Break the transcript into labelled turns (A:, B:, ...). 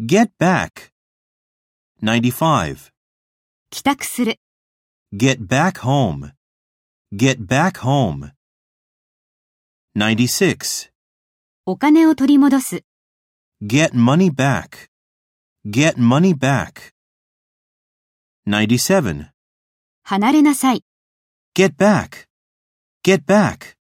A: Get back. 95.
B: 帰宅する、
A: Get back home. Get back home. 96.
B: お金を取り戻す、
A: Get money back. Get money back. 97.
B: 離れなさい。
A: Get back. Get back.